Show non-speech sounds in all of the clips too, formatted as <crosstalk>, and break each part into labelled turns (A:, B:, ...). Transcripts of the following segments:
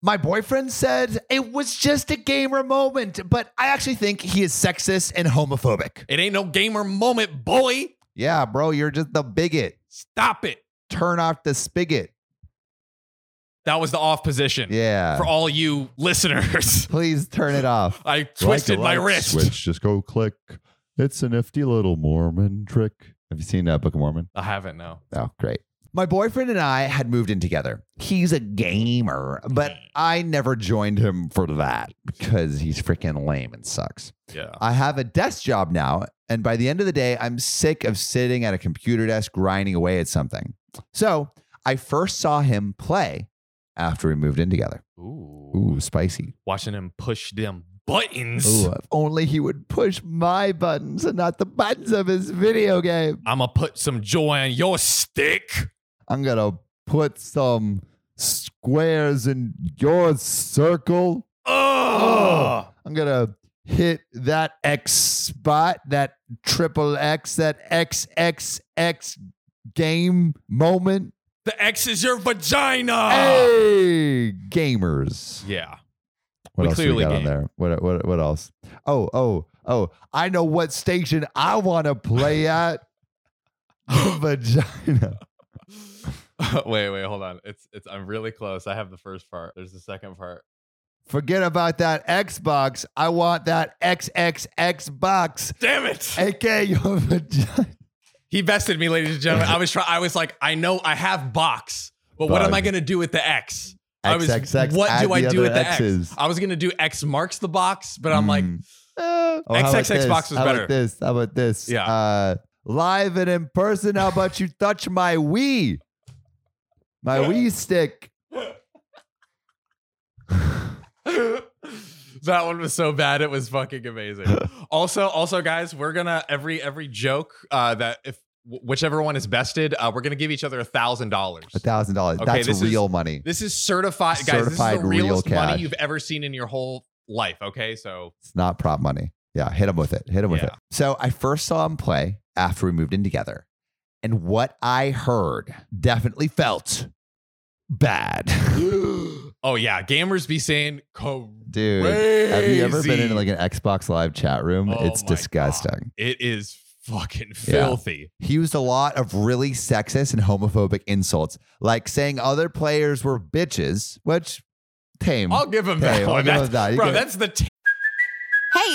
A: My boyfriend said it was just a gamer moment, but I actually think he is sexist and homophobic.
B: It ain't no gamer moment, boy.
A: Yeah, bro, you're just the bigot.
B: Stop it.
A: Turn off the spigot.
B: That was the off position
A: Yeah.
B: for all you listeners. <laughs>
A: Please turn it <laughs> off.
B: I twisted
C: Like a
B: my
C: light
B: wrist.
C: Switch, just go click. It's a nifty little Mormon trick.
A: Have you seen uh, Book of Mormon?
B: I haven't, no.
A: Oh, great. My boyfriend and I had moved in together. He's a gamer, but I never joined him for that because he's freaking lame and sucks.
B: Yeah.
A: I have a desk job now, and by the end of the day, I'm sick of sitting at a computer desk grinding away at something. So I first saw him play after we moved in together.
B: Ooh.
A: Ooh, spicy.
B: Watching him push them buttons.
A: Ooh, if only he would push my buttons and not the buttons of his video game.
B: I'ma put some joy on your stick.
C: I'm gonna put some squares in your circle.
B: Ugh.
C: I'm gonna
A: Hit that X spot, that triple X, that XXX game moment.
B: The X is your vagina.
A: Hey, gamers.
B: Yeah. <laughs>
C: What
B: We
C: else do
B: clearly
C: we got
B: game.
C: on there? What what what else?
A: Oh, oh, oh. I know what station I want to play
B: <laughs>
A: at. <laughs> Vagina.
B: wait, wait, hold on. It's it's I'm really close. I have the first part. There's the second part.
A: Forget about that Xbox. I want that XXX box,
B: Damn it.
A: aka your <laughs> vagina.
B: He vested me, ladies and gentlemen. I was trying I was like, I know I have box, but what am I
C: Bug.
B: gonna do with the X? I was
A: XXX.
B: what
A: add
B: do I
A: the
B: do with
A: other
B: the
A: X's.
B: X? I was gonna do X marks the box, but I'm like,
A: Mm.
C: Uh,
A: how about
B: XXX
A: this?
B: box was
A: how
B: better.
A: About this? How about this?
B: Yeah.
A: Uh, live and in person. How about you touch my Wii? My Wii stick. Mm.
B: <laughs> that one was so bad it was
A: <laughs>
B: fucking amazing also also guys we're gonna every every joke uh that if wh- whichever one is bested uh we're gonna give each other a thousand dollars
A: A thousand dollars.
B: Okay,
A: That's
B: this is-
A: real money.
B: this is certified guys this is the
A: Certified real
B: realest money
A: cash.
B: you've ever seen in your whole life okay
A: <gasps>
B: so <gasps>
A: It's not prop money. Yeah, hit him with it. Hit him with
B: Yeah.
A: it. So I first saw him play after we moved in together. And what I heard definitely felt bad. <laughs>
B: oh yeah gamers be saying co
A: Dude, have you ever been
B: Crazy.
A: in like an Xbox Live chat room?
B: Oh
A: it's
B: my God.
A: disgusting.
B: it is fucking filthy
A: He used a lot of really sexist and homophobic insults, like saying other players were bitches, which tame.
B: i'll give him
A: Hey,
B: that
A: I'll
B: one
A: give him
B: that's,
A: that. You
B: bro
A: can-
B: that's the t-
D: Hey,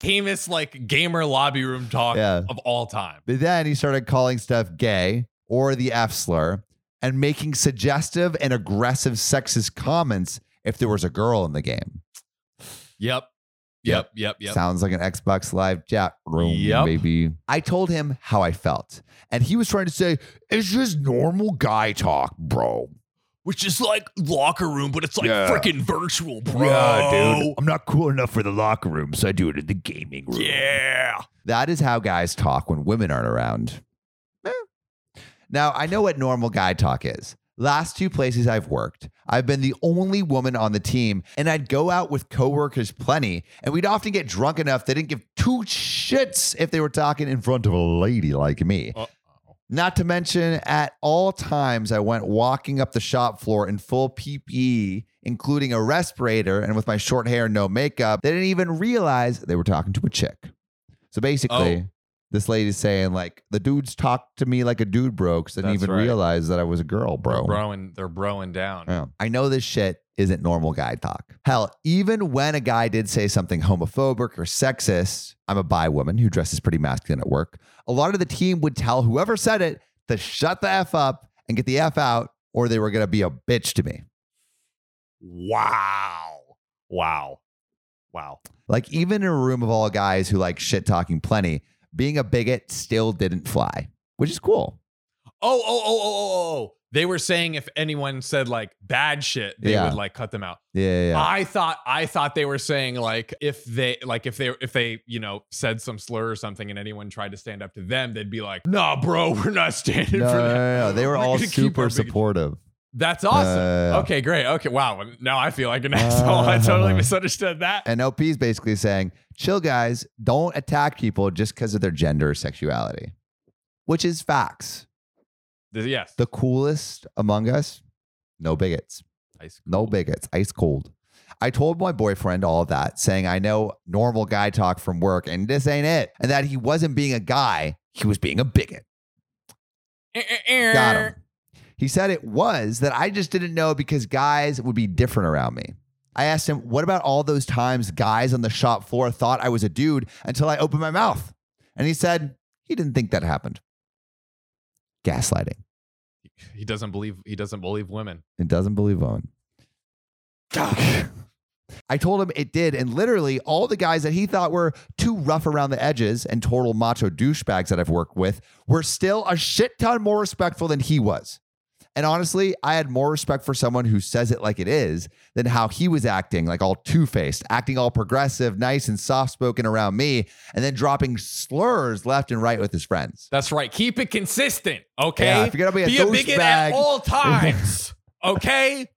B: tamest like gamer lobby room talk
A: Yeah.
B: of all time
A: But then he started calling stuff gay or the F slur and making suggestive and aggressive sexist comments if there was a girl in the game.
B: Yep. Yep.
A: Yep.
B: Yep. Yep.
A: Sounds like an Xbox Live chat room,
B: Yep.
A: maybe. I told him how I felt, and he was trying to say, It's just normal guy talk, bro.
B: Which is like locker room, but it's like
A: Yeah.
B: freaking virtual, bro.
A: Yeah, dude. I'm not cool enough for the locker room, so I do it in the gaming room.
B: Yeah.
A: That is how guys talk when women aren't around. Eh. Now, I know what normal guy talk is. Last two places I've worked, I've been the only woman on the team, and I'd go out with coworkers plenty, and we'd often get drunk enough they didn't give two shits if they were talking in front of a lady like me. Not to mention, at all times, I went walking up the shop floor in full PPE, including a respirator, and with my short hair and no makeup. They didn't even realize they were talking to a chick. So basically, this lady's saying, like, the dudes talked to me like a dude bro because they didn't
B: That's
A: even
B: right.
A: realize that I was a girl, bro.
B: Broing, they're broing down.
A: Yeah. I know this shit isn't normal guy talk. Hell, even when a guy did say something homophobic or sexist, I'm a bi woman who dresses pretty masculine at work. A lot of the team would tell whoever said it to shut the F up and get the F out, or they were going to be a bitch to me.
B: Wow. Wow. Wow.
A: Like, even in a room of all guys who like shit talking plenty, being a bigot still didn't fly, which is cool.
B: oh, oh, oh, oh, oh, oh. They were saying if anyone said like bad shit, they
A: Yeah.
B: would like cut them out.
A: Yeah, yeah.
B: I thought I thought they were saying like if they like if they if they you know said some slur or something and anyone tried to stand up to them, they'd be like, "Nah, bro, <laughs> we're not standing
A: No,
B: for
A: no,
B: that."
A: no, no.
B: <laughs>
A: They were all
B: gonna keep our
A: super
B: big-
A: supportive.
B: That's awesome.
A: Uh,
B: okay, great. Okay, wow. Now I feel like an <laughs> asshole. I totally misunderstood that.
A: And LP is basically saying, chill, guys, don't attack people just because of their gender or sexuality, which is facts.
B: Th- yes.
A: The coolest among us, no bigots.
B: Ice
A: No bigots, ice cold. I told my boyfriend all of that, saying I know normal guy talk from work and this ain't it, and that he wasn't being a guy, he was being a bigot. Got him. He said it was that I just didn't know because guys would be different around me. I asked him, what about all those times guys on the shop floor thought I was a dude until I opened my mouth? And he said he didn't think that happened. Gaslighting.
B: He doesn't believe he doesn't believe women.
A: and doesn't believe Owen. <laughs> I told him it did, and literally all the guys that he thought were too rough around the edges and total macho douchebags that I've worked with were still a shit ton more respectful than he was. And honestly, I had more respect for someone who says it like it is than how he was acting, like all two faced, acting all progressive, nice, and soft spoken around me, and then dropping slurs left and right with his friends.
B: That's right. Keep it consistent. Okay.
A: Yeah, if you're gonna be a
B: bigot
A: douchebag-
B: at
A: <laughs>
B: all times. okay.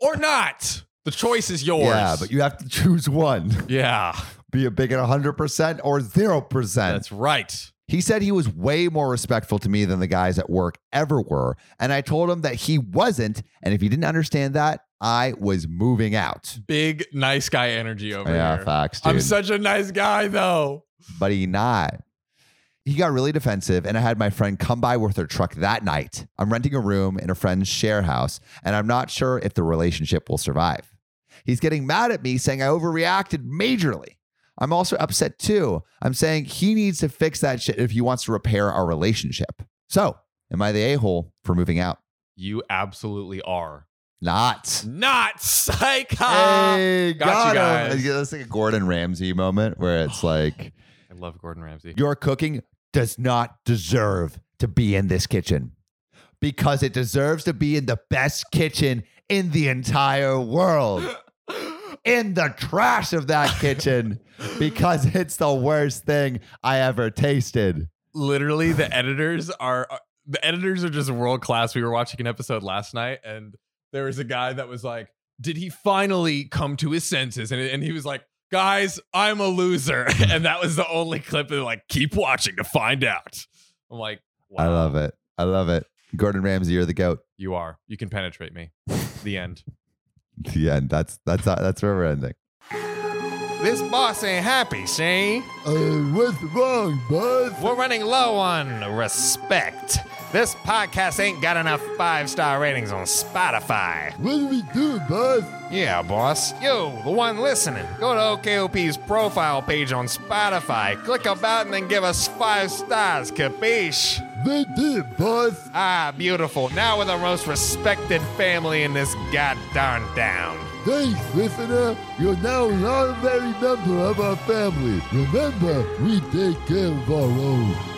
B: Or not. The choice is yours.
A: Yeah, but you have to choose one
B: yeah.
A: be a bigot 100% or 0%.
B: That's right.
A: He said he was way more respectful to me than the guys at work ever were. And I told him that he wasn't. And if he didn't understand that, I was moving out.
B: Big nice guy energy over
A: yeah,
B: here.
A: facts, dude.
B: I'm such a nice guy though.
A: but he not. He got really defensive, and I had my friend come by with her truck that night. I'm renting a room in a friend's share house, and I'm not sure if the relationship will survive. He's getting mad at me, saying I overreacted majorly. I'm also upset too. I'm saying he needs to fix that shit if he wants to repair our relationship. So, am I the a hole for moving out?
B: You absolutely are.
A: Not.
B: Not psycho.
A: hey,
B: Ah, got you
A: got him.
B: guys.
A: That's like a Gordon Ramsay moment where it's like,
B: I love Gordon Ramsay.
A: your cooking does not deserve to be in this kitchen because it deserves to be in the best kitchen in the entire <laughs> world. In the trash of that kitchen because it's the worst thing I ever tasted.
B: literally the editors are are- the editors are just world class. We were watching an episode last night and there was a guy that was like, "Did he finally come to his senses?" And, and he was like, "Guys, I'm a loser." <laughs> And that was the only clip and like, "Keep watching to find out." I'm like,
A: I
B: "Wow,
A: love it. I love it. Gordon Ramsay, you're the goat.
B: You are. You can penetrate me." the end.
A: The end. That's that's that's where we're ending.
B: This boss ain't happy, see?
A: Uh, what's wrong, bud?
B: We're running low on respect. This podcast ain't got enough five-star ratings on Spotify.
A: What do we do, bud?
B: Yeah, boss. You, the one listening, go to OKOP's profile page on Spotify, click about, and then give us five stars, capiche?
A: They did, bud.
B: Ah, beautiful. Now we're the most respected family in this goddamn town.
A: Thanks, listener. You're now an honorary member of our family. Remember, we take care of our own.